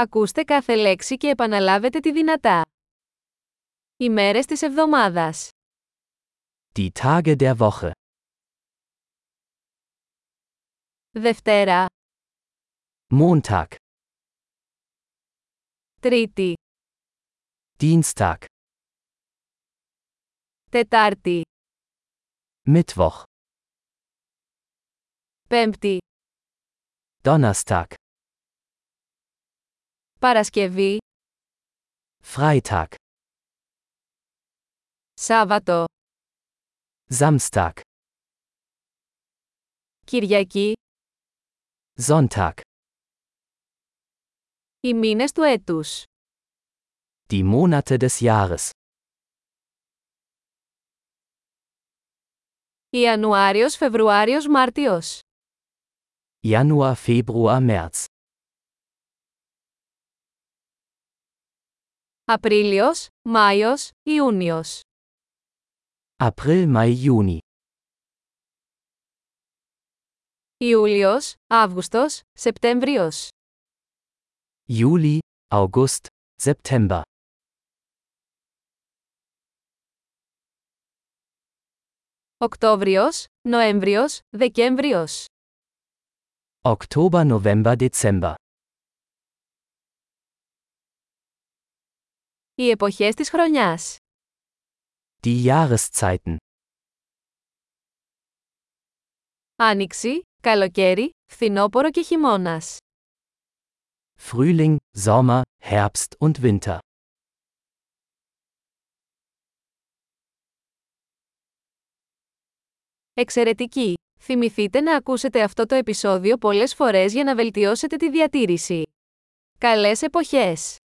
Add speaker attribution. Speaker 1: Ακούστε κάθε λέξη και επαναλάβετε τη δυνατά. Οι μέρες της εβδομάδας.
Speaker 2: Die Tage der Woche.
Speaker 1: Δευτέρα,
Speaker 2: Montag,
Speaker 1: Τρίτη,
Speaker 2: Dienstag,
Speaker 1: Τετάρτη,
Speaker 2: Mittwoch,
Speaker 1: Πέμπτη,
Speaker 2: Donnerstag,
Speaker 1: Παρασκευή,
Speaker 2: Freitag,
Speaker 1: Σάββατο,
Speaker 2: Samstag,
Speaker 1: Κυριακή,
Speaker 2: Sonntag.
Speaker 1: οι μήνες του έτους.
Speaker 2: Die Monate des Jahres.
Speaker 1: Ιανουάριος, Φεβρουάριος, Μάρτιος.
Speaker 2: Januar, Februar, März,
Speaker 1: Απρίλιος, Μάιος, Ιούνιος.
Speaker 2: April, Mai, Juni,
Speaker 1: Ιούλιος, Αύγουστος, Σεπτέμβριος.
Speaker 2: Juli, August, September,
Speaker 1: Οκτώβριος, Νοέμβριος, Δεκέμβριος.
Speaker 2: Oktober, November, Dezember.
Speaker 1: Οι εποχές της χρονιάς.
Speaker 2: Die Jahreszeiten.
Speaker 1: Άνοιξη, καλοκαίρι, φθινόπωρο και χειμώνας.
Speaker 2: Frühling, Sommer, Herbst und Winter.
Speaker 1: Εξαιρετική! Θυμηθείτε να ακούσετε αυτό το επεισόδιο πολλές φορές για να βελτιώσετε τη διατήρηση. Καλές εποχές!